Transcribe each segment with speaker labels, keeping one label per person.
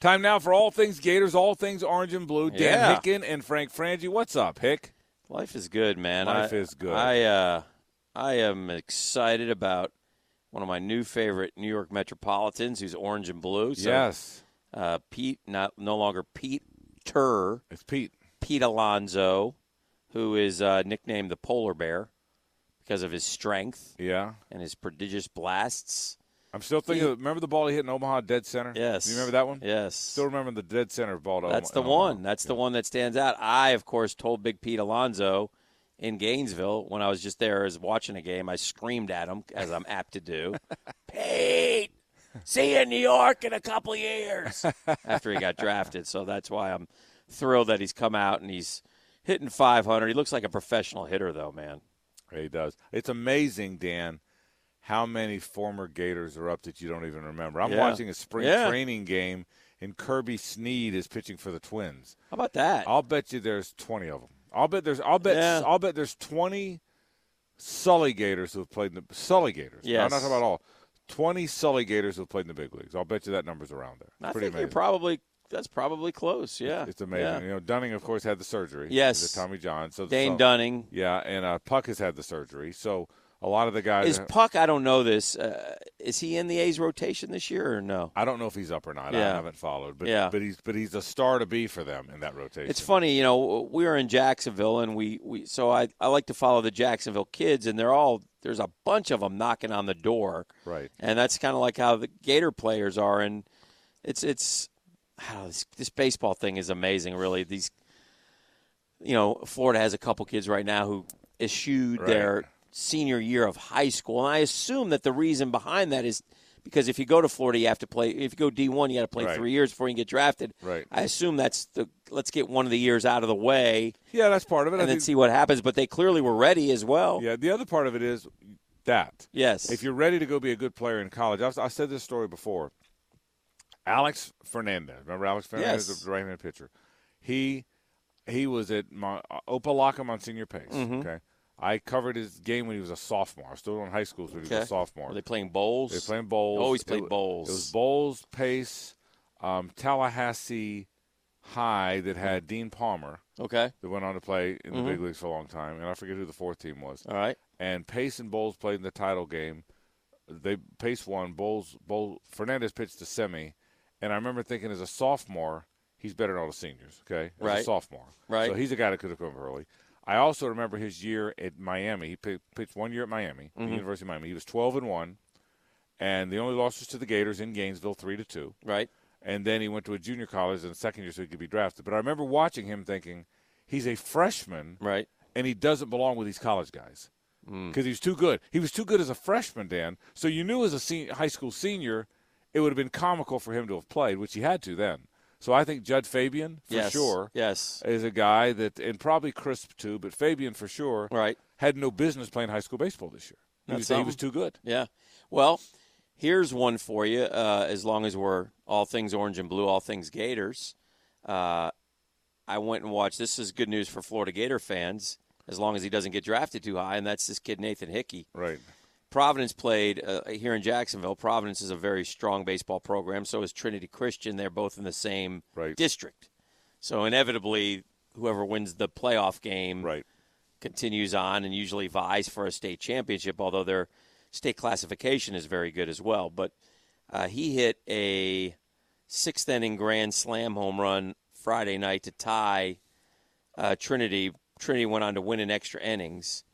Speaker 1: Time now for all things Gators, all things orange and blue. Dan
Speaker 2: Yeah.
Speaker 1: Hicken and Frank Frangie. What's up, Hick?
Speaker 2: Life is good, man.
Speaker 1: Life
Speaker 2: I-
Speaker 1: is good.
Speaker 2: I uh, I am excited about one of my new favorite New York Metropolitans, who's orange and blue. So,
Speaker 1: yes,
Speaker 2: uh, Pete, not no longer Pete Tur,
Speaker 1: it's Pete.
Speaker 2: Pete Alonzo, who is uh, nicknamed the Polar Bear because of his strength
Speaker 1: Yeah,
Speaker 2: and his prodigious blasts.
Speaker 1: I'm still thinking. of- remember the ball he hit in Omaha dead center?
Speaker 2: Yes,
Speaker 1: you remember that one?
Speaker 2: Yes,
Speaker 1: Still remember the dead center ball. to
Speaker 2: That's
Speaker 1: Oma-
Speaker 2: the
Speaker 1: in Omaha.
Speaker 2: one. That's the one that stands out. I, of course, told Big Pete Alonzo in Gainesville when I was just there as watching a game. I screamed at him as I'm apt to do. Pete, see you in New York in a couple years after he got drafted. So that's why I'm thrilled that he's come out and he's hitting 500. He looks like a professional hitter, though, man.
Speaker 1: He does. It's amazing, Dan, how many former Gators are up that you don't even remember. I'm
Speaker 2: Yeah.
Speaker 1: watching a spring
Speaker 2: Yeah.
Speaker 1: training game, and Kirby Sneed is pitching for the Twins.
Speaker 2: How about that?
Speaker 1: I'll bet you there's 20 of them. I'll bet there's. I'll bet.
Speaker 2: Yeah.
Speaker 1: I'll bet there's 20 Sully Gators who have played in the Sully Gators. No, I'm not
Speaker 2: Yes.
Speaker 1: talking about all. 20 Sully Gators who have played in the big leagues. I'll bet you that number's around there. It's
Speaker 2: I
Speaker 1: pretty
Speaker 2: think you're
Speaker 1: amazing.
Speaker 2: probably that's probably close. Yeah,
Speaker 1: it's amazing.
Speaker 2: Yeah.
Speaker 1: You know, Dunning of course had the surgery.
Speaker 2: Yes.
Speaker 1: the Tommy John. So
Speaker 2: Dane
Speaker 1: so-
Speaker 2: Dunning,
Speaker 1: Yeah, and uh, Puck has had the surgery. So a lot of the guys.
Speaker 2: Is Puck? I don't know this. Uh, is he in the A's rotation this year or no?
Speaker 1: I don't know if he's up or not. I
Speaker 2: Yeah.
Speaker 1: haven't followed, but
Speaker 2: Yeah.
Speaker 1: but he's but he's a star to be for them in that rotation.
Speaker 2: It's funny, you know. We were in Jacksonville, and we, we so I, I like to follow the Jacksonville kids, and they're all there's a bunch of them knocking on the door,
Speaker 1: right?
Speaker 2: and that's kind of like how the Gator players are, and it's it's I don't know, this, this baseball thing is amazing, really. These, you know, Florida has a couple kids right now who eschewed
Speaker 1: Right.
Speaker 2: their senior year of high school, and I assume that the reason behind that is because if you go to Florida, you have to play. If you go D one, you got to play
Speaker 1: Right.
Speaker 2: three years before you can get drafted.
Speaker 1: Right.
Speaker 2: I assume that's the let's get one of the years out of the way
Speaker 1: Yeah, that's part of it. I
Speaker 2: and then
Speaker 1: think-
Speaker 2: see what happens. But they clearly were ready as well.
Speaker 1: yeah, the other part of it is that
Speaker 2: Yes.
Speaker 1: if you're ready to go be a good player in college, I've, I said this story before. Alex Fernandez, remember Alex Fernandez,
Speaker 2: Yes.
Speaker 1: the right-handed pitcher. He he was at Mon- Opelika Monsignor Pace.
Speaker 2: Mm-hmm.
Speaker 1: Okay, I covered his game when he was a sophomore. I was still in high school, so he was a
Speaker 2: Okay.
Speaker 1: sophomore.
Speaker 2: Were they playing bowls?
Speaker 1: They were playing bowls.
Speaker 2: Always played
Speaker 1: it, wa-
Speaker 2: bowls.
Speaker 1: It was bowls, pace, um, Tallahassee High that had Dean Palmer
Speaker 2: Okay.
Speaker 1: that went on to play in the
Speaker 2: Mm-hmm.
Speaker 1: big leagues for a long time, and I forget who the fourth team was.
Speaker 2: All right.
Speaker 1: And Pace and Bowles played in the title game. They Pace won. Bowles, Bowles Fernandez pitched the semi, and I remember thinking as a sophomore, he's better than all the seniors. Okay, as a
Speaker 2: Right.
Speaker 1: sophomore,
Speaker 2: Right.
Speaker 1: So he's a guy that could have come early. I also remember his year at Miami. He pi- pitched one year at Miami, the
Speaker 2: Mm-hmm.
Speaker 1: University of Miami. He was twelve and one and the only loss was to the Gators in Gainesville, three to two.
Speaker 2: Right.
Speaker 1: And then he went to a junior college in the second year so he could be drafted. But I remember watching him thinking, he's a freshman
Speaker 2: Right.
Speaker 1: and he doesn't belong with these college guys
Speaker 2: Hmm.
Speaker 1: because he was too good. He was too good as a freshman, Dan. So you knew as a sen- high school senior, it would have been comical for him to have played, which he had to then. So I think Judd Fabian for
Speaker 2: yes.
Speaker 1: sure
Speaker 2: Yes.
Speaker 1: is a guy that, and probably Crisp too, but Fabian for sure
Speaker 2: Right.
Speaker 1: had no business playing high school baseball this year. He was,
Speaker 2: That's
Speaker 1: he was
Speaker 2: something.
Speaker 1: too good.
Speaker 2: Yeah. Well, here's one for you. Uh, as long as we're all things orange and blue, all things Gators. Uh, I went and watched. This is good news for Florida Gator fans. As long as he doesn't get drafted too high, and that's this kid Nathan Hickey.
Speaker 1: Right.
Speaker 2: Providence played uh, here in Jacksonville. Providence is a very strong baseball program. So is Trinity Christian. They're both in the same
Speaker 1: Right.
Speaker 2: district. So inevitably, whoever wins the playoff game
Speaker 1: Right.
Speaker 2: continues on and usually vies for a state championship, although their state classification is very good as well. But uh, he hit a sixth inning grand slam home run Friday night to tie uh, Trinity. Trinity went on to win in extra innings.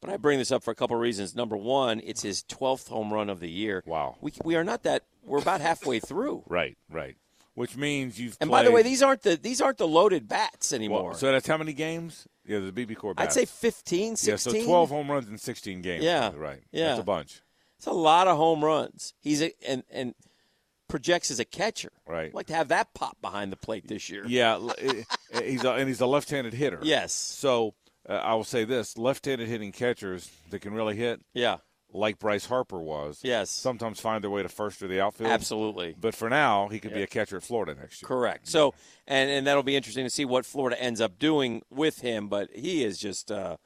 Speaker 2: But I bring this up for a couple of reasons. Number one, it's his 12th home run of the year.
Speaker 1: Wow.
Speaker 2: We, we are not that, we're about halfway through.
Speaker 1: Right, right. Which means you've
Speaker 2: And
Speaker 1: played,
Speaker 2: by the way, these aren't the these aren't the loaded bats anymore.
Speaker 1: well, so that's how many games? Yeah, the BB Corps.
Speaker 2: I'd
Speaker 1: bats.
Speaker 2: say 15,
Speaker 1: yeah,
Speaker 2: 16.
Speaker 1: so twelve home runs in sixteen games.
Speaker 2: Yeah,
Speaker 1: right.
Speaker 2: yeah.
Speaker 1: that's a bunch.
Speaker 2: It's a lot of home runs. He's a, and and projects as a catcher.
Speaker 1: Right.
Speaker 2: I'd like to have that pop behind the plate this year.
Speaker 1: Yeah, l- eh, eh, he's a, and he's a left-handed hitter.
Speaker 2: Yes.
Speaker 1: So uh, I will say this: left-handed hitting catchers that can really hit,
Speaker 2: Yeah.
Speaker 1: like Bryce Harper was,
Speaker 2: Yes.
Speaker 1: sometimes find their way to first or the outfield.
Speaker 2: Absolutely.
Speaker 1: But for now, he could be a catcher at Florida next year.
Speaker 2: Correct. So and and that'll be interesting to see what Florida ends up doing with him. But he is just uh,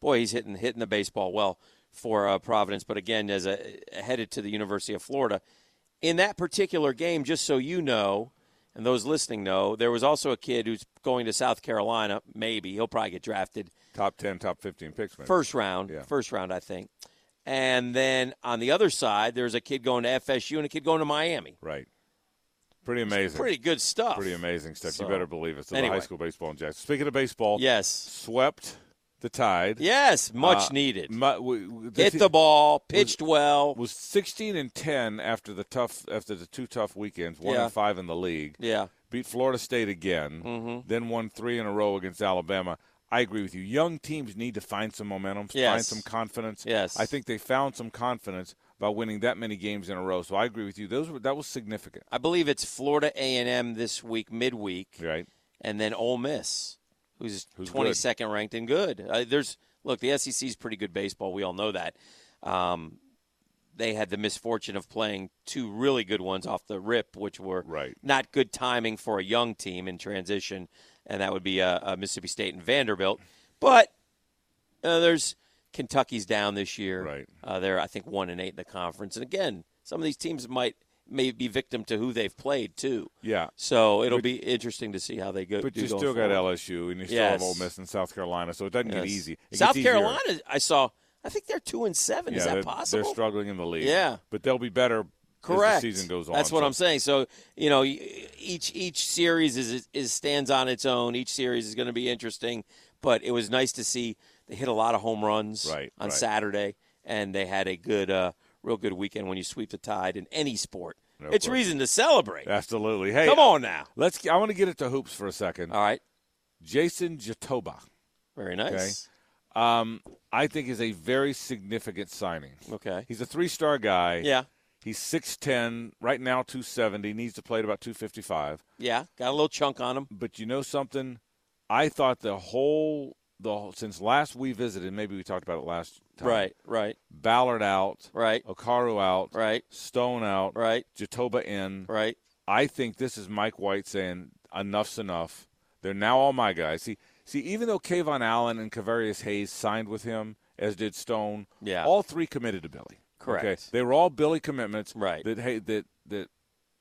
Speaker 2: boy, he's hitting hitting the baseball well for uh, Providence. But again, as a headed to the University of Florida in that particular game, just so you know, and those listening know, there was also a kid who's going to South Carolina. Maybe he'll probably get drafted
Speaker 1: Top 10, top 15 picks. Maybe.
Speaker 2: first round.
Speaker 1: Yeah.
Speaker 2: First round, I think. And then on the other side, there's a kid going to FSU and a kid going to Miami.
Speaker 1: Right. Pretty amazing.
Speaker 2: Pretty good stuff.
Speaker 1: Pretty amazing stuff.
Speaker 2: So,
Speaker 1: you better believe it. So
Speaker 2: anyway.
Speaker 1: the high school baseball in Jackson. Speaking of baseball,
Speaker 2: Yes.
Speaker 1: swept the tide.
Speaker 2: Yes. Much
Speaker 1: Uh,
Speaker 2: needed.
Speaker 1: My, w- w- the
Speaker 2: Hit
Speaker 1: te-
Speaker 2: the ball. Pitched well.
Speaker 1: was 16 and 10 after the tough after the two tough weekends, one
Speaker 2: Yeah.
Speaker 1: and five in the league.
Speaker 2: yeah.
Speaker 1: Beat Florida State again,
Speaker 2: Mm-hmm.
Speaker 1: then won three in a row against Alabama. I agree with you. Young teams need to find some momentum, find
Speaker 2: Yes.
Speaker 1: some confidence.
Speaker 2: Yes.
Speaker 1: I think they found some confidence by winning that many games in a row. So I agree with you. Those were that was significant,
Speaker 2: I believe it's Florida A&M this week, midweek,
Speaker 1: right?
Speaker 2: and then Ole Miss, who's
Speaker 1: Who's good.
Speaker 2: 22nd ranked and good. Uh, there's look, the SEC is pretty good baseball. We all know that. Um, they had the misfortune of playing two really good ones off the rip, which were
Speaker 1: Right.
Speaker 2: not good timing for a young team in transition, and that would be uh, uh, Mississippi State and Vanderbilt. But uh, there's Kentucky's down this year.
Speaker 1: Right.
Speaker 2: Uh, they're I think one and eight in the conference, and again, some of these teams might may be victim to who they've played too.
Speaker 1: Yeah.
Speaker 2: So it'll be interesting to see how they go.
Speaker 1: But
Speaker 2: do
Speaker 1: you
Speaker 2: going
Speaker 1: still got
Speaker 2: forward.
Speaker 1: LSU and you still have
Speaker 2: Yes.
Speaker 1: Ole Miss and South Carolina, so it doesn't get
Speaker 2: Yes.
Speaker 1: easy. It gets
Speaker 2: South
Speaker 1: easier.
Speaker 2: Carolina, I saw. I think they're two and seven. Is
Speaker 1: Yeah,
Speaker 2: that
Speaker 1: they're,
Speaker 2: possible?
Speaker 1: They're struggling in the league.
Speaker 2: Yeah.
Speaker 1: but they'll be better
Speaker 2: Correct.
Speaker 1: as the season goes on.
Speaker 2: That's what
Speaker 1: so-
Speaker 2: I'm saying. So you know, y- each each series is is stands on its own. Each series is going to be interesting. But it was nice to see they hit a lot of home runs
Speaker 1: Right,
Speaker 2: on
Speaker 1: right.
Speaker 2: Saturday, and they had a good, uh, real good weekend. When you sweep the tide in any sport, it's
Speaker 1: question.
Speaker 2: reason to celebrate.
Speaker 1: Absolutely. Hey,
Speaker 2: Come on Oh. now.
Speaker 1: Let's. I want to get it to hoops for a second.
Speaker 2: All right.
Speaker 1: Jason Jatoba,
Speaker 2: Very nice.
Speaker 1: um, I think, is a very significant signing.
Speaker 2: Okay.
Speaker 1: He's a three-star guy.
Speaker 2: Yeah.
Speaker 1: He's six ten right now, two seventy. Needs to play at about two fifty-five.
Speaker 2: Yeah. Got a little chunk on him.
Speaker 1: But you know something? I thought the whole the whole, since last we visited, maybe we talked about it last time.
Speaker 2: Right. Right.
Speaker 1: Ballard out.
Speaker 2: Right.
Speaker 1: Okaru out.
Speaker 2: Right.
Speaker 1: Stone out.
Speaker 2: Right.
Speaker 1: Jatoba in.
Speaker 2: Right.
Speaker 1: I think this is Mike White saying enough's enough. They're now all my guys. See, see, even though Kayvon Allen and Kavarius Hayes signed with him, as did Stone,
Speaker 2: Yeah.
Speaker 1: all three committed to Billy.
Speaker 2: Correct.
Speaker 1: they were all Billy commitments.
Speaker 2: Right.
Speaker 1: That hey, that that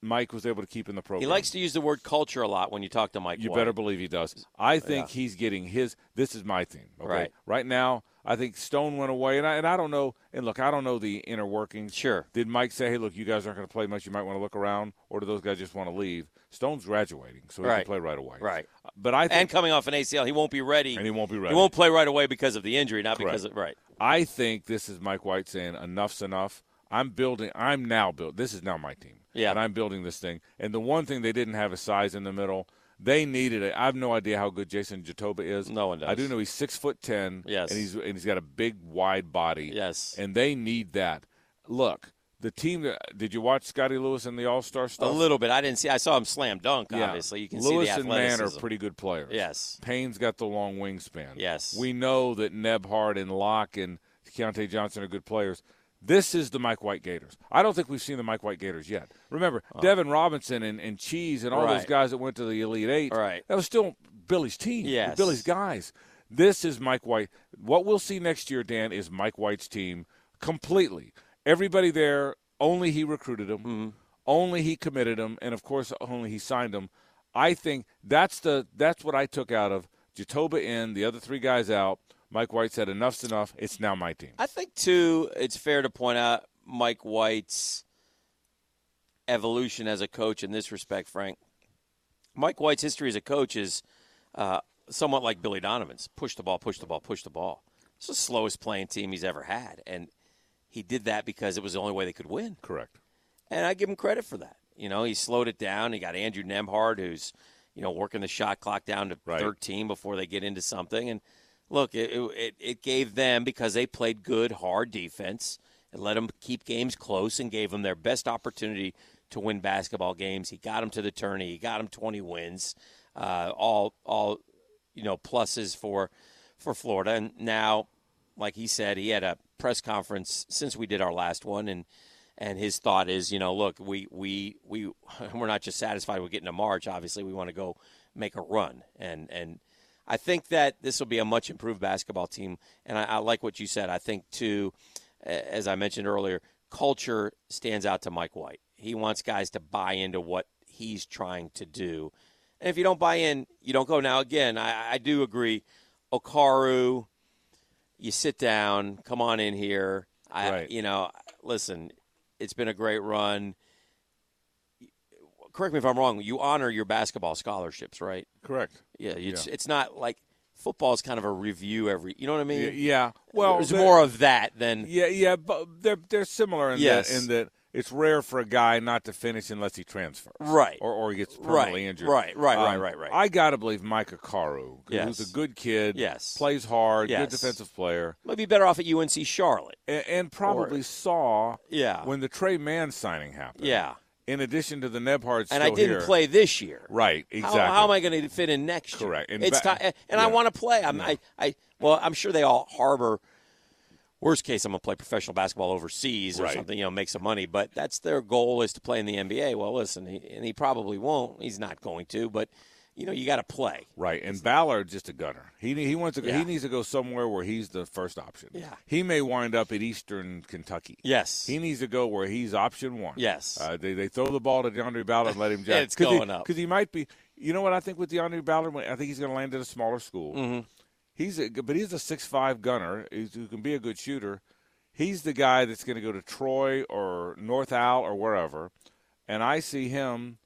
Speaker 1: Mike was able to keep in the program.
Speaker 2: He likes to use the word culture a lot when you talk to Mike.
Speaker 1: You
Speaker 2: White.
Speaker 1: better believe he does. I think he's getting his. This is my team. Okay?
Speaker 2: Right.
Speaker 1: Right now, I think Stone went away, and I and I don't know. And look, I don't know the inner workings.
Speaker 2: Sure.
Speaker 1: Did Mike say, "Hey, look, you guys aren't going to play much. You might want to look around," or do those guys just want to leave? Stone's graduating, so he
Speaker 2: Right.
Speaker 1: can play right away. Uh,
Speaker 2: Right.
Speaker 1: But I
Speaker 2: And
Speaker 1: think
Speaker 2: coming off an ACL, he won't be ready.
Speaker 1: and, he won't be
Speaker 2: He
Speaker 1: ready.
Speaker 2: won't play right away because of the injury, not because
Speaker 1: Correct.
Speaker 2: of right.
Speaker 1: I think this is Mike White saying, "Enough's enough." I'm building. I'm now build. This is now my team.
Speaker 2: Yeah.
Speaker 1: And I'm building this thing. And the one thing they didn't have is size in the middle. They needed it. I have no idea how good Jason Jatoba is.
Speaker 2: No one does.
Speaker 1: I do know he's six foot ten.
Speaker 2: Yes.
Speaker 1: And he's and he's got a big wide body.
Speaker 2: Yes.
Speaker 1: And they need that. Look, the team. That, did you watch Scotty Lewis in the All Star
Speaker 2: A
Speaker 1: stuff?
Speaker 2: little bit. I didn't see. I saw him slam dunk. Obviously, you can
Speaker 1: Lewis
Speaker 2: see the
Speaker 1: and Mann are
Speaker 2: athleticism.
Speaker 1: pretty good players.
Speaker 2: Yes.
Speaker 1: Payne's got the long wingspan.
Speaker 2: Yes.
Speaker 1: We know that Nebhard and Locke and Keontae Johnson are good players. This is the Mike White Gators. I don't think we've seen the Mike White Gators yet. Remember, Devin Robinson and, and Cheese and all those
Speaker 2: Oh. Right.
Speaker 1: guys that went to the Elite Eight.
Speaker 2: Right.
Speaker 1: That was still Billy's team.
Speaker 2: Yes.
Speaker 1: Billy's guys. This is Mike White. What we'll see next year, Dan, is Mike White's team completely. Everybody there, only he recruited them,
Speaker 2: Mm-hmm.
Speaker 1: only he committed them, and of course, only he signed them. I think that's the that's what I took out of Jatoba in, the other three guys out. Mike White said, "Enough's enough. It's now my team."
Speaker 2: I think too. It's fair to point out Mike White's evolution as a coach in this respect, Frank. Mike White's history as a coach is uh, somewhat like Billy Donovan's: push the ball, push the ball, push the ball. It's the slowest playing team he's ever had, and he did that because it was the only way they could win.
Speaker 1: Correct.
Speaker 2: and I give him credit for that. You know, he slowed it down. He got Andrew Nemhard, who's you know working the shot clock down to
Speaker 1: Right.
Speaker 2: 13 before they get into something. And look, it, it it gave them because they played good, hard defense and let them keep games close and gave them their best opportunity to win basketball games. He got them to the tourney. He got them 20 wins, uh, all all you know pluses for for Florida. And now, like he said, he had a press conference since we did our last one, and and his thought is, you know, look, we we we we're not just satisfied with getting to March. Obviously, we want to go make a run, and and I think that this will be a much improved basketball team. And I, I like what you said. I think too, a- as I mentioned earlier, culture stands out to Mike White. He wants guys to buy into what he he's trying to do. And if you don't buy in, you don't go. Now, again, I, I do agree. Okaru, you sit down, come on in here. I,
Speaker 1: Right.
Speaker 2: You know, listen, it's been a great run. Correct me if I'm wrong. You honor your basketball scholarships, right?
Speaker 1: Correct.
Speaker 2: Yeah. It's, it's not like football is kind of a review every. You know what I mean?
Speaker 1: Yeah. yeah. Well,
Speaker 2: there's
Speaker 1: they're-
Speaker 2: more of that than
Speaker 1: Yeah, yeah, but they're they're similar in
Speaker 2: Yes.
Speaker 1: that in that it's rare for a guy not to finish unless he transfers,
Speaker 2: Right.
Speaker 1: or or he gets permanently
Speaker 2: Right,
Speaker 1: injured,
Speaker 2: right, right, right,
Speaker 1: Um,
Speaker 2: right, right.
Speaker 1: I gotta believe Micah Karu,
Speaker 2: Yes.
Speaker 1: who's a good kid,
Speaker 2: Yes.
Speaker 1: plays hard,
Speaker 2: Yes.
Speaker 1: good defensive player,
Speaker 2: might be better off at UNC Charlotte.
Speaker 1: and, and probably saw
Speaker 2: Yeah.
Speaker 1: when the Trey Mann signing happened.
Speaker 2: Yeah.
Speaker 1: in addition to the Nebhard,
Speaker 2: and I
Speaker 1: still
Speaker 2: didn't
Speaker 1: here.
Speaker 2: play this year.
Speaker 1: Right,
Speaker 2: How-
Speaker 1: exactly.
Speaker 2: How, am I going to fit in next year?
Speaker 1: Correct. And
Speaker 2: it's
Speaker 1: ba-
Speaker 2: time, and I
Speaker 1: yeah.
Speaker 2: want to play. I'm, I, I, well, I'm sure they all harbor. Worst case, I'm going to play professional basketball overseas or
Speaker 1: Right.
Speaker 2: something. You know, make some money. But that's their goal is to play in the NBA. Well, listen, he, and he probably won't. He's not going to. But you know, you got to play.
Speaker 1: Right, and Ballard's just a gunner. He ne- he wants to go,
Speaker 2: Yeah.
Speaker 1: he needs to go somewhere where he's the first option.
Speaker 2: Yeah.
Speaker 1: he may wind up at Eastern Kentucky.
Speaker 2: Yes.
Speaker 1: He needs to go where he's option one.
Speaker 2: Yes.
Speaker 1: Uh, they, they throw the ball to DeAndre Ballard and let him jack.
Speaker 2: It's
Speaker 1: Cause
Speaker 2: going up.
Speaker 1: Because he might be. You know what I think with DeAndre Ballard? I think he's going to land at a smaller school.
Speaker 2: Mm-hmm.
Speaker 1: He's a, but he's a six five gunner he's, who can be a good shooter. He's the guy that's going to go to Troy or North Al or wherever, and I see him.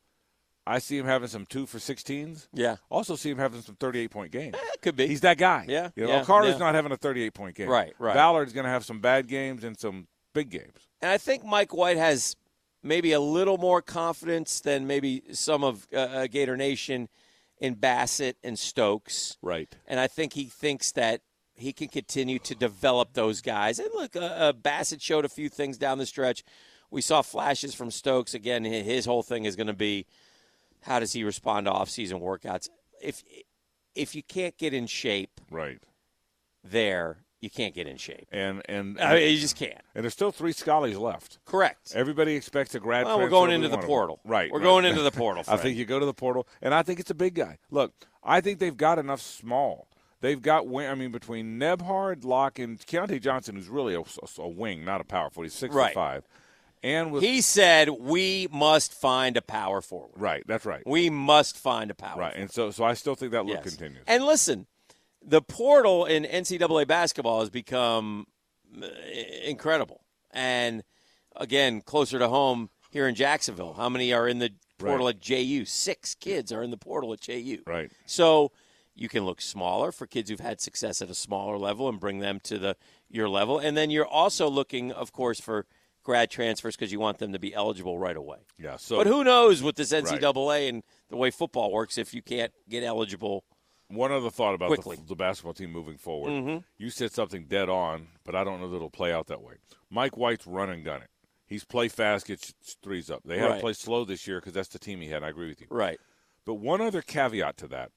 Speaker 1: I see him having some two for sixteens.
Speaker 2: yeah.
Speaker 1: Also see him having some thirty eight point games.
Speaker 2: That could be.
Speaker 1: He's that guy.
Speaker 2: Yeah,
Speaker 1: You know,
Speaker 2: yeah,
Speaker 1: Okara's
Speaker 2: yeah.
Speaker 1: not having a thirty eight point game.
Speaker 2: Right, right.
Speaker 1: Ballard's going to have some bad games and some big games.
Speaker 2: And I think Mike White has maybe a little more confidence than maybe some of uh, uh, Gator Nation in Bassett and Stokes.
Speaker 1: Right.
Speaker 2: And I think he thinks that he can continue to develop those guys. And look, uh, uh, Bassett showed a few things down the stretch. We saw flashes from Stokes. Again, hi- his whole thing is going to be how does he respond to off-season workouts? If if you can't get in shape
Speaker 1: Right.
Speaker 2: there, you can't get in shape.
Speaker 1: And and
Speaker 2: I mean, you just can't.
Speaker 1: and there's still three Scullies left.
Speaker 2: Correct.
Speaker 1: Everybody expects a grad.
Speaker 2: Well, we're
Speaker 1: transfer
Speaker 2: going
Speaker 1: to
Speaker 2: into
Speaker 1: every
Speaker 2: the
Speaker 1: one of them.
Speaker 2: portal.
Speaker 1: Right.
Speaker 2: We're
Speaker 1: right.
Speaker 2: going into the portal.
Speaker 1: I
Speaker 2: Fred.
Speaker 1: think you go to the portal, and I think it's a big guy. Look, I think they've got enough small. They've got wing. I mean, between Nebhard, Locke, and Keontae Johnson, who's really a, a- a wing, not a power forward. He's six foot
Speaker 2: Right.
Speaker 1: five, and with
Speaker 2: he said we must find a power forward.
Speaker 1: right, that's right,
Speaker 2: We must find a power
Speaker 1: right.
Speaker 2: forward.
Speaker 1: And so, so I still think that look
Speaker 2: Yes.
Speaker 1: continues.
Speaker 2: And listen, the portal in NCAA basketball has become uh, incredible. And again, closer to home here in Jacksonville, how many are in the portal at JU? Six kids are in the portal at JU.
Speaker 1: right.
Speaker 2: So you can look smaller for kids who've had success at a smaller level and bring them to the your level. And then you're also looking, of course, for grad transfers because you want them to be eligible right away.
Speaker 1: Yeah. So
Speaker 2: But who knows with this NCAA and the way football works if you can't get eligible?
Speaker 1: One other thought about the,
Speaker 2: Quickly. Mm-hmm.
Speaker 1: the basketball team moving forward. You said something dead on, but I don't know that it'll play out that way. Mike White's run and gun it. He's play fast, gets threes up. They had
Speaker 2: Right.
Speaker 1: to play slow this year because that's the team he had. and I agree with you.
Speaker 2: Right.
Speaker 1: But one other caveat to that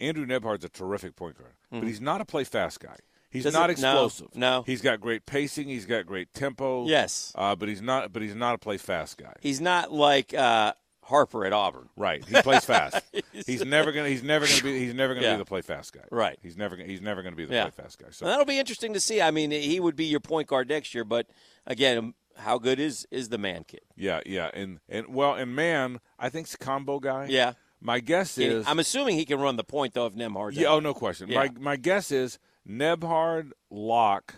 Speaker 1: Andrew Nebhard's a terrific point guard, but he's not a play fast guy. He's
Speaker 2: Doesn't-
Speaker 1: not
Speaker 2: Mm-hmm. no,
Speaker 1: explosive.
Speaker 2: no.
Speaker 1: He's got great pacing. He's got great tempo.
Speaker 2: Yes.
Speaker 1: Uh, but he's not. But he's not a play fast guy.
Speaker 2: He's not like uh, Harper at Auburn.
Speaker 1: Right. He plays fast. he's never gonna. He's never gonna be. He's never gonna
Speaker 2: Yeah.
Speaker 1: be the play fast guy.
Speaker 2: Right.
Speaker 1: He's never. gonna- He's never gonna be the
Speaker 2: Yeah.
Speaker 1: play fast guy. So
Speaker 2: And that'll be interesting to see. I mean, he would be your point guard next year, but again, how good is is the man kid?
Speaker 1: Yeah, yeah, and and well, and man, I think's a combo guy.
Speaker 2: Yeah.
Speaker 1: My guess is,
Speaker 2: I'm assuming he can run the point though if Nemhard.
Speaker 1: yeah, oh no question.
Speaker 2: Yeah.
Speaker 1: My my guess is Nebhard, Locke,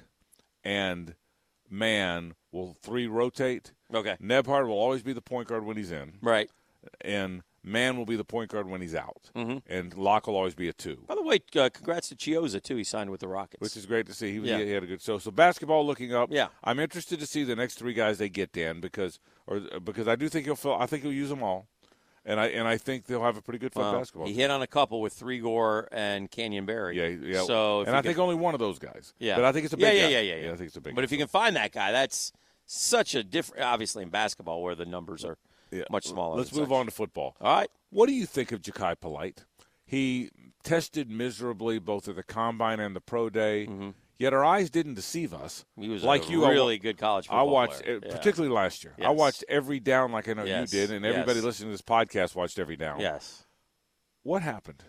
Speaker 1: and Man will three rotate.
Speaker 2: Okay.
Speaker 1: Nebhard will always be the point guard when he's in,
Speaker 2: Right.
Speaker 1: and Man will be the point guard when he's out,
Speaker 2: Mm-hmm.
Speaker 1: and Locke will always be a two,
Speaker 2: By the way, uh, congrats to Chioza too. He signed with the Rockets.
Speaker 1: which is great to see. He, was
Speaker 2: Yeah.
Speaker 1: he had a good so so basketball looking up.
Speaker 2: Yeah.
Speaker 1: I'm interested to see the next three guys they get Dan because or because I do think he'll fill. I think he'll use them all. And I and I think they'll have a pretty good
Speaker 2: Well,
Speaker 1: basketball.
Speaker 2: Um, he
Speaker 1: team.
Speaker 2: hit on a couple with Three Gore and Canyon Berry.
Speaker 1: Yeah, yeah.
Speaker 2: So if
Speaker 1: and
Speaker 2: you
Speaker 1: I
Speaker 2: could-
Speaker 1: think only one of those guys.
Speaker 2: yeah,
Speaker 1: but I think it's a big
Speaker 2: yeah, yeah,
Speaker 1: guy.
Speaker 2: yeah, yeah, yeah.
Speaker 1: I think it's a big.
Speaker 2: But if you can find that guy, that's such a different. Obviously, in basketball, where the numbers are
Speaker 1: Yeah.
Speaker 2: much smaller.
Speaker 1: let's
Speaker 2: than
Speaker 1: move
Speaker 2: such.
Speaker 1: on to football.
Speaker 2: All right.
Speaker 1: What do you think of Ja'Kai Polite? He tested miserably both at the combine and the pro day.
Speaker 2: Mm-hmm.
Speaker 1: Yet our eyes didn't deceive us.
Speaker 2: He was
Speaker 1: like
Speaker 2: a
Speaker 1: you. I wa-
Speaker 2: really good college.
Speaker 1: I
Speaker 2: Football
Speaker 1: watched,
Speaker 2: player.
Speaker 1: uh,
Speaker 2: Yeah.
Speaker 1: particularly last year. I
Speaker 2: Yes.
Speaker 1: watched every down, like I know
Speaker 2: Yes.
Speaker 1: you did, and
Speaker 2: Yes.
Speaker 1: everybody listening to this podcast watched every down.
Speaker 2: Yes,
Speaker 1: What happened?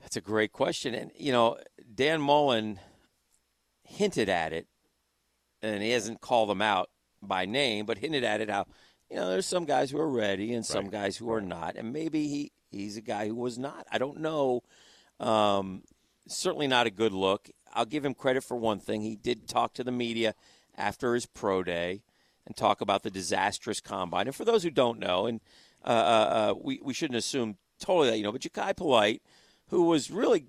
Speaker 2: that's a great question, and you know, Dan Mullen hinted at it, and he hasn't called them out by name, but hinted at it how you know, there's some guys who are ready and some guys who are not, and maybe he he's a guy who was not. I don't know. Um, certainly not a good look. I'll give him credit for one thing. He did talk to the media after his pro day and talk about the disastrous combine. And for those who don't know, and uh, uh, uh, we we shouldn't assume totally that you know, but Ja'Kai Polite, who was really,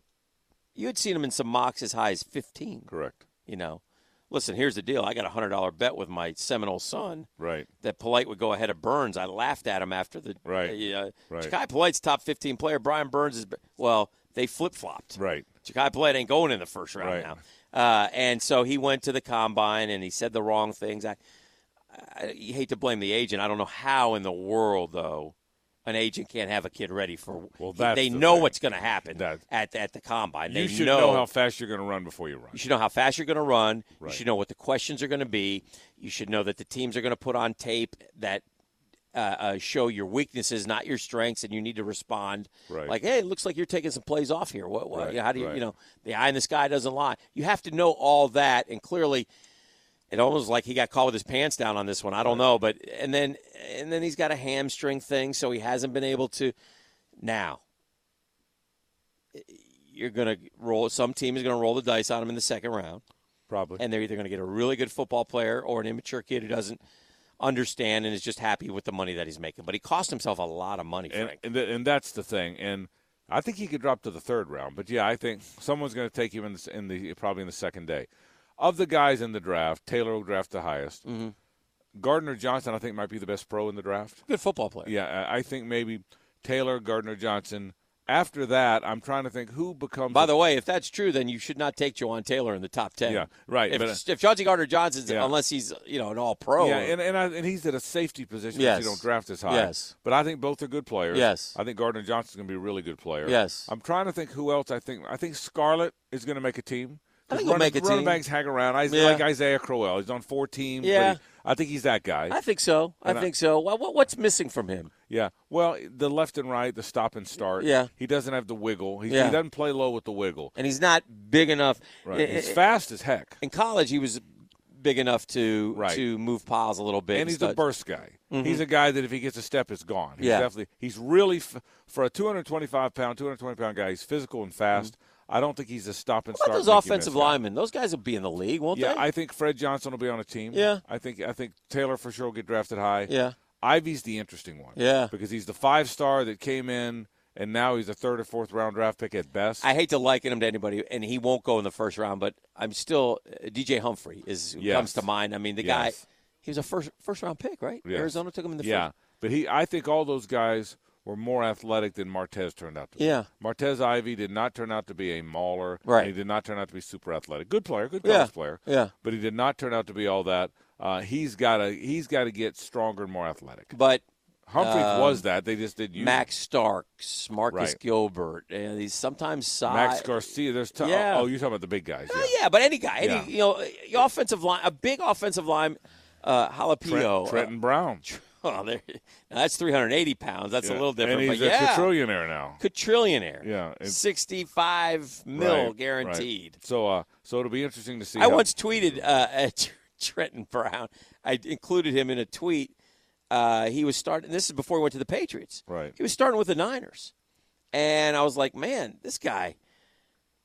Speaker 2: you had seen him in some mocks as high as 15.
Speaker 1: Correct.
Speaker 2: You know, listen, here's the deal. I got a hundred dollar bet with my Seminole son
Speaker 1: Right.
Speaker 2: that Polite would go ahead of Burns. I laughed at him after the
Speaker 1: Right.
Speaker 2: Uh,
Speaker 1: Right.
Speaker 2: Ja'Kai Polite's top fifteen player. Brian Burns is well. They flip flopped.
Speaker 1: Right.
Speaker 2: Ja'Kai Polite ain't going in the first round
Speaker 1: Right.
Speaker 2: now. Uh, and so he went to the combine and he said the wrong things. I, I you hate to blame the agent. I don't know how in the world though an agent can't have a kid ready for.
Speaker 1: Well, that's
Speaker 2: they
Speaker 1: the
Speaker 2: know
Speaker 1: thing.
Speaker 2: what's going to happen
Speaker 1: That-
Speaker 2: at at the combine.
Speaker 1: You
Speaker 2: they
Speaker 1: should know.
Speaker 2: know
Speaker 1: how fast you're going to run before you run.
Speaker 2: you should know how fast you're going to run.
Speaker 1: Right.
Speaker 2: You should know what the questions are going to be. You should know that the teams are going to put on tape that uh, uh, show your weaknesses, not your strengths, and you need to respond.
Speaker 1: Right.
Speaker 2: Like, hey, it looks like you're taking some plays off here. What? what
Speaker 1: Right,
Speaker 2: you know, how do you?
Speaker 1: right.
Speaker 2: You know, the eye in the sky doesn't lie. You have to know all that, and clearly, it almost like he got caught with his pants down on this one. I don't know, but and then and then he's got a hamstring thing, so he hasn't been able to. Now, you're gonna roll. Some team is gonna roll the dice on him in the second round,
Speaker 1: Probably.
Speaker 2: and they're either gonna get a really good football player or an immature kid who doesn't understand and is just happy with the money that he's making. But he cost himself a lot of money,
Speaker 1: and
Speaker 2: Frank.
Speaker 1: and, th- and that's the thing. And I think he could drop to the third round. But yeah, I think someone's going to take him in the, s- in the probably in the second day. Of the guys in the draft, Taylor will draft the highest.
Speaker 2: Mm-hmm.
Speaker 1: Gardner Johnson, I think, might be the best pro in the draft.
Speaker 2: Good football player.
Speaker 1: Yeah, uh, I I think maybe Taylor Gardner Johnson. After that, I'm trying to think who becomes.
Speaker 2: By the way, if that's true, then you should not take Jawan Taylor in the top ten.
Speaker 1: Yeah, right,
Speaker 2: If,
Speaker 1: but, uh,
Speaker 2: if Chauncey Gardner Johnson's,
Speaker 1: Yeah.
Speaker 2: unless he's you know an All Pro,
Speaker 1: Yeah, and and, I, and he's at a safety position. Yes.
Speaker 2: oh. Yes.
Speaker 1: you don't draft as high.
Speaker 2: Yes.
Speaker 1: But I think both are good players.
Speaker 2: Yes.
Speaker 1: I think Gardner Johnson's going to be a really good player.
Speaker 2: Yes.
Speaker 1: I'm trying to think who else. I think I think Scarlett is going to make a team.
Speaker 2: I
Speaker 1: Because
Speaker 2: think he'll
Speaker 1: running-
Speaker 2: make a
Speaker 1: Running
Speaker 2: team.
Speaker 1: backs hang around. I
Speaker 2: Yeah.
Speaker 1: like Isaiah Crowell. He's on four teams. but
Speaker 2: Yeah.
Speaker 1: he- I think he's that guy.
Speaker 2: I think so. I
Speaker 1: And I-
Speaker 2: think so. Well, what, what's missing from him?
Speaker 1: yeah. Well, the left and right, the stop and start.
Speaker 2: Yeah.
Speaker 1: He doesn't have the wiggle. He,
Speaker 2: Yeah.
Speaker 1: he doesn't play low with the wiggle.
Speaker 2: And he's not big enough.
Speaker 1: Right.
Speaker 2: I-
Speaker 1: He's
Speaker 2: I-
Speaker 1: fast as heck.
Speaker 2: in college he was big enough to
Speaker 1: Right.
Speaker 2: to move piles a little bit.
Speaker 1: and he's
Speaker 2: stuff.
Speaker 1: a burst guy. He's a guy that if he gets a step, it's gone. He's
Speaker 2: Mm-hmm. Yeah.
Speaker 1: definitely he's really f- for a 225 pound, 220 pound guy. He's physical and fast. I don't think he's a stop and
Speaker 2: What Mm-hmm.
Speaker 1: start.
Speaker 2: about those
Speaker 1: make you
Speaker 2: offensive
Speaker 1: miss guy.
Speaker 2: linemen? Those guys will be in the league, won't
Speaker 1: Yeah,
Speaker 2: they?
Speaker 1: I think Fred Johnson will be on a team.
Speaker 2: Yeah.
Speaker 1: I think I think Taylor for sure will get drafted high.
Speaker 2: yeah.
Speaker 1: Ivy's the interesting one.
Speaker 2: Yeah.
Speaker 1: because he's the five star that came in, and now he's a third or fourth round draft pick at best.
Speaker 2: I hate to liken him to anybody, and he won't go in the first round. But I'm still uh, DJ Humphrey is who
Speaker 1: Yes.
Speaker 2: comes to mind. I mean, the guy
Speaker 1: Yes.
Speaker 2: he was a first first round pick, right?
Speaker 1: Yes.
Speaker 2: Arizona took him in the
Speaker 1: yeah,
Speaker 2: first.
Speaker 1: but he I think all those guys were more athletic than Martez turned out to be.
Speaker 2: Yeah,
Speaker 1: Martez Ivy did not turn out to be a mauler. and
Speaker 2: Right.
Speaker 1: he did not turn out to be super athletic. Good player, good
Speaker 2: Yeah.
Speaker 1: college player.
Speaker 2: yeah.
Speaker 1: But he did not turn out to be all that. Uh, he's got to he's got to get stronger and more athletic.
Speaker 2: But
Speaker 1: Humphreys
Speaker 2: Um,
Speaker 1: was that. They just didn't use
Speaker 2: Max Starks, Marcus
Speaker 1: Right.
Speaker 2: Gilbert, and these sometimes
Speaker 1: him.
Speaker 2: size.
Speaker 1: Max Garcia. There's t-
Speaker 2: yeah.
Speaker 1: oh, you're talking about the big guys.
Speaker 2: Well, yeah, but any guy, any
Speaker 1: Yeah.
Speaker 2: you know, the offensive line, a big offensive line, uh,
Speaker 1: Trent-
Speaker 2: jalapeno. uh,
Speaker 1: Trenton Brown.
Speaker 2: Oh, there, now that's 380 pounds. That's a
Speaker 1: Yeah.
Speaker 2: little different.
Speaker 1: And he's
Speaker 2: but
Speaker 1: a
Speaker 2: yeah,
Speaker 1: quadrillionaire now.
Speaker 2: quadrillionaire.
Speaker 1: Yeah, it's-
Speaker 2: 65 mil
Speaker 1: Right, right.
Speaker 2: guaranteed.
Speaker 1: So uh, so it'll be interesting to see.
Speaker 2: I
Speaker 1: how-
Speaker 2: once tweeted uh, at Trenton Brown. I included him in a tweet. Uh, he was starting. This is before he went to the Patriots.
Speaker 1: Right.
Speaker 2: He was starting with the Niners, and I was like, "Man, this guy,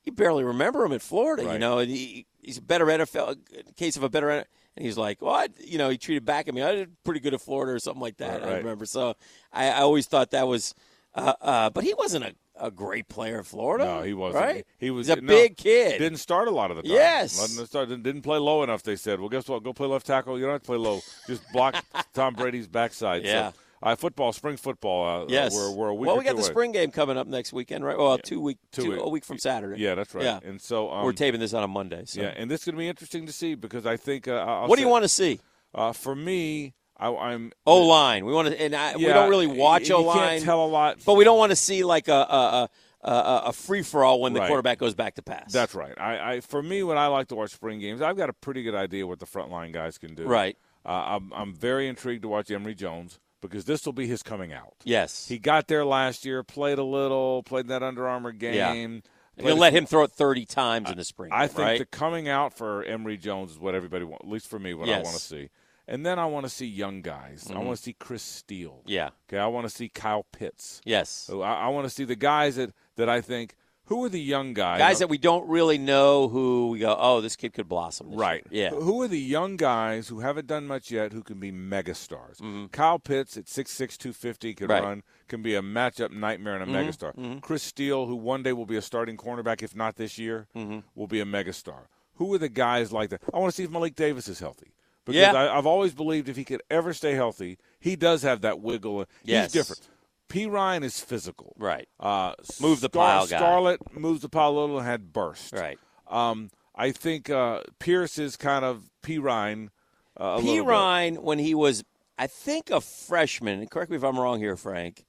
Speaker 2: you barely remember him in Florida,
Speaker 1: Right.
Speaker 2: you know? And he, he's a better NFL a case of a better." N-" And he's like, "What? you know, he treated back at me. I did pretty good at Florida or something like that.
Speaker 1: Right,
Speaker 2: I
Speaker 1: right.
Speaker 2: remember. So I, I always thought that was, uh, uh, but he wasn't a, a great player in Florida.
Speaker 1: No, he wasn't.
Speaker 2: Right?
Speaker 1: He was-
Speaker 2: He's a
Speaker 1: no,
Speaker 2: big kid.
Speaker 1: Didn't start a lot of the time.
Speaker 2: Yes.
Speaker 1: Wasn't a start- didn't, didn't play low enough. They said, "Well, guess what? Go play left tackle. You don't have to play low. Just block Tom Brady's backside."
Speaker 2: Yeah.
Speaker 1: So, uh, football, spring football. Uh,
Speaker 2: Yes.
Speaker 1: Uh, we're, we're a week
Speaker 2: well,
Speaker 1: or
Speaker 2: we got
Speaker 1: two
Speaker 2: the
Speaker 1: away.
Speaker 2: spring game coming up next weekend, right? Well, two week,
Speaker 1: Two
Speaker 2: two,
Speaker 1: week-
Speaker 2: a week from Saturday.
Speaker 1: Yeah, that's right.
Speaker 2: Yeah.
Speaker 1: And so um,
Speaker 2: We're taping this on a Monday. So.
Speaker 1: yeah, and this is going to be interesting to see because I think. Uh, I'll
Speaker 2: what do you
Speaker 1: say-
Speaker 2: want to see?
Speaker 1: Uh, for me, I, I'm.
Speaker 2: O line. We want to, and I, we
Speaker 1: Yeah,
Speaker 2: don't really
Speaker 1: you-
Speaker 2: watch
Speaker 1: you
Speaker 2: O
Speaker 1: can't
Speaker 2: line,
Speaker 1: Tell a lot.
Speaker 2: but we don't want to see like a a, a, a, a free for all when the
Speaker 1: Right.
Speaker 2: quarterback goes back to pass.
Speaker 1: That's right. I, I for me, when I like to watch spring games, I've got a pretty good idea what the front line guys can do.
Speaker 2: Right.
Speaker 1: Uh, I'm, I'm very intrigued to watch Emory Jones because this will be his coming out.
Speaker 2: Yes.
Speaker 1: He got there last year, played a little, played in that Under Armour
Speaker 2: Yeah.
Speaker 1: game.
Speaker 2: You're gonna
Speaker 1: Played-
Speaker 2: let him throw it 30 times in the spring.
Speaker 1: I
Speaker 2: game,
Speaker 1: think
Speaker 2: right?
Speaker 1: the coming out for Emory Jones is what everybody wants, at least for me, what I
Speaker 2: Yes. Mm-hmm.
Speaker 1: want to see. And then I want to see young guys. I want to see Chris Steele.
Speaker 2: Yeah.
Speaker 1: Okay. I want to see Kyle Pitts.
Speaker 2: Yes.
Speaker 1: So I, I want to see the guys that, that I think who are the young guys?
Speaker 2: Guys that we don't really know who we go, oh, this kid could blossom. this
Speaker 1: right.
Speaker 2: year."
Speaker 1: Who-
Speaker 2: Yeah.
Speaker 1: Who are the young guys who haven't done much yet who can be megastars? Kyle Pitts at 6'6", 250 could
Speaker 2: Mm-hmm. Right. Mm-hmm,
Speaker 1: run, can be a matchup nightmare and a megastar. Chris Steele, who one day will be a starting cornerback, if not this year,
Speaker 2: Mm-hmm.
Speaker 1: will be a megastar. Who are the guys like that? I want to see if Malik Davis is healthy. Because
Speaker 2: Yeah.
Speaker 1: I, I've always believed if he could ever stay healthy, he does have that wiggle.
Speaker 2: Yes.
Speaker 1: He's different. P. Ryan is physical.
Speaker 2: Right.
Speaker 1: Uh,
Speaker 2: Move the
Speaker 1: Scar-
Speaker 2: pile guy.
Speaker 1: Scarlett moves the pile a little and had burst.
Speaker 2: Right.
Speaker 1: Um, I think uh, Pierce is kind of P Ryan. Uh, a
Speaker 2: P.
Speaker 1: little bit.
Speaker 2: Ryan, when he was, I think, a freshman, and correct me if I'm wrong here, Frank,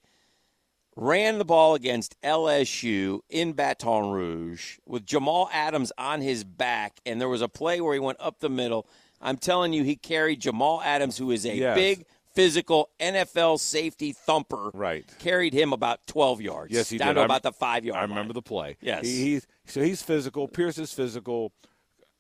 Speaker 2: ran the ball against LSU in Baton Rouge with Jamal Adams on his back, and there was a play where he went up the middle. I'm telling you, he carried Jamal Adams, who is a
Speaker 1: Yes.
Speaker 2: big, physical NFL safety thumper.
Speaker 1: Right.
Speaker 2: Carried him about 12 yards.
Speaker 1: Yes, he
Speaker 2: down
Speaker 1: did.
Speaker 2: to
Speaker 1: I'm-
Speaker 2: about the five yard
Speaker 1: I remember the play.
Speaker 2: Yes.
Speaker 1: He, he's, so he's physical. Pierce is physical.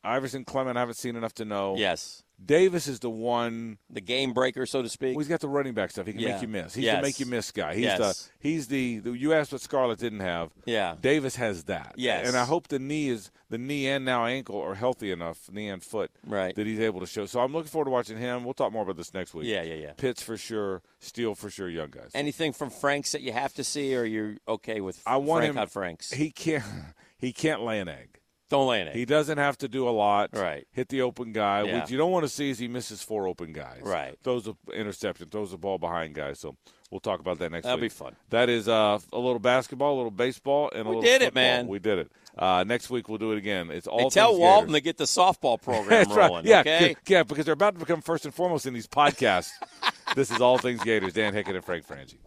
Speaker 1: Iverson Clement, I haven't seen enough to know.
Speaker 2: Yes.
Speaker 1: Davis is the one.
Speaker 2: The game breaker, so to speak.
Speaker 1: Well, he's got the running back stuff. He can
Speaker 2: Yeah.
Speaker 1: make you miss. He's
Speaker 2: Yes.
Speaker 1: the make you miss guy. He's
Speaker 2: Yes.
Speaker 1: the he's the, the you asked what Scarlett didn't have.
Speaker 2: Yeah.
Speaker 1: Davis has that.
Speaker 2: Yes.
Speaker 1: And I hope the knee is the knee and now ankle are healthy enough, knee and foot,
Speaker 2: Right.
Speaker 1: that he's able to show. So I'm looking forward to watching him. We'll talk more about this next week.
Speaker 2: Yeah, yeah, yeah.
Speaker 1: Pitts for sure, Steele for sure, young guys.
Speaker 2: Anything from Franks that you have to see, or you're okay with
Speaker 1: I want
Speaker 2: Frank
Speaker 1: him-
Speaker 2: on Franks?
Speaker 1: he can't he can't lay an egg.
Speaker 2: Don't lay an egg.
Speaker 1: He doesn't have to do a lot.
Speaker 2: Right.
Speaker 1: Hit the open guy.
Speaker 2: Yeah.
Speaker 1: What you don't want to see is he misses four open guys.
Speaker 2: Right.
Speaker 1: Throws the interception, throws the ball behind guys. So we'll talk about that next
Speaker 2: That'll
Speaker 1: week.
Speaker 2: be fun.
Speaker 1: That is uh, a little basketball, a little baseball, and a
Speaker 2: We
Speaker 1: little
Speaker 2: did it,
Speaker 1: football.
Speaker 2: man.
Speaker 1: We did it. Uh, next week we'll do it again. It's all
Speaker 2: They tell
Speaker 1: things
Speaker 2: Walton
Speaker 1: Gators.
Speaker 2: to get the softball program
Speaker 1: That's right.
Speaker 2: rolling.
Speaker 1: Yeah,
Speaker 2: okay.
Speaker 1: yeah, because they're about to become first and foremost in these podcasts. this is all things Gators. Dan Hickett and Frank Frangie.